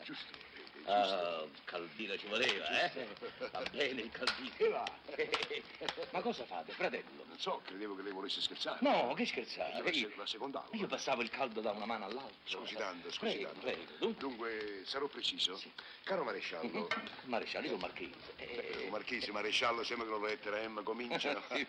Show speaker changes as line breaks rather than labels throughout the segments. eh,
Ah, Caldina ci voleva, eh? Va bene il
Che
Caldina.
va?
Ma cosa fate, fratello?
Non so, credevo che lei volesse scherzare.
No, che
Io
scherzate.
la, se-
Io,
la secondavo.
io passavo il caldo da una mano all'altra.
Scusi tanto, scusi
Prego,
tanto.
prego. Dunque,
Dunque, sarò preciso.
Sì. Mhm.
Caro maresciallo,
maresciallo, io marchese.
eh,
Eh,
marchese, maresciallo, sembra che la lettera M comincia.
Infatti.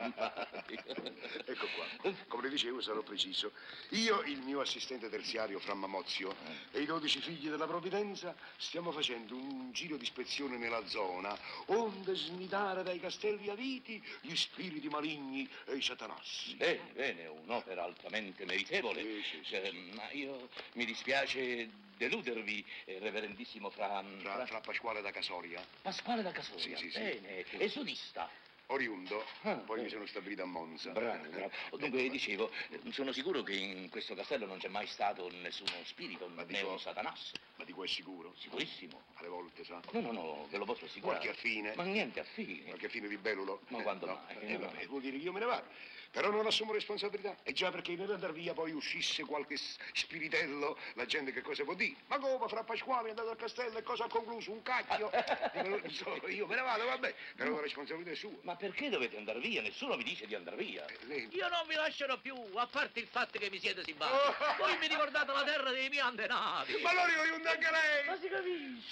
ecco qua. Come le dicevo, sarò preciso. Io, il mio assistente terziario Framma Mozio
Eh,
e i 12 figli della Provvidenza stiamo facendo un giro di ispezione nella zona, onde snidare dai castelli aviti gli spiriti maligni e i satanassi.
Bene, bene, un'opera altamente meritevole.
Sì, sì, sì,
Eh,
sì.
Ma io mi dispiace deludervi, eh, reverendissimo fra...
Fra, fra Pasquale da Casoria,
Pasquale da
Sì,
Casoria.
sì, sì.
Bene, esodista.
oriundo,
Ah,
poi mi
eh.
sono stabilito a Monza.
Bravo, bravo.
Ecco.
Dunque, dicevo, eh, sono sicuro che in questo castello non c'è mai stato nessuno spirito,
Ma
né
dico-
un satanasso.
Ma di questo è sicuro?
Sicurissimo.
Alle volte, sa?
No, no, no, ve lo posso assicurare.
Qualche affine?
Ma niente affine.
Qualche fine di bellulo?
Ma
Eh,
quando
no.
mai?
Eh,
No, no.
vabbè, vuol dire che io me ne vado. Però non assumo responsabilità. E già perché nell'andar via poi uscisse qualche s- spiritello, la gente che cosa può dire? Ma come fra Pasquale è andato al castello e cosa ha concluso? Un cacchio? Dico, non so, io me ne vado, vabbè. Però la responsabilità è sua.
Ma perché dovete andare via? Nessuno vi dice di andare via.
Eh, lei...
Io non vi lascerò più, a parte il fatto che mi siete simpatici. Voi mi ricordate la terra dei miei antenati.
Oh! Ma allora io voglio andare anche a
Ma
lei!
si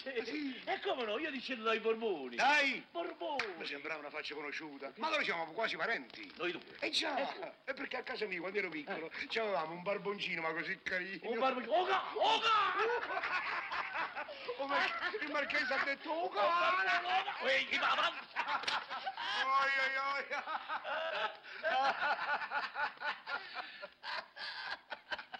capisce?
Sì.
E come no? Io dicendo dai Borboni.
Dai! Mi
Borboni.
sembrava una faccia conosciuta. Ma allora siamo quasi parenti.
Noi due.
E Eh già, è perché a casa mia quando ero piccolo c'avevamo un barboncino ma così carino.
Un barbo... Oga! Oga!
Oh, ma- il marchese ha detto oh,
Un
cara!
barbo- Ehi, chi va avanti?
Oi, oi, oi.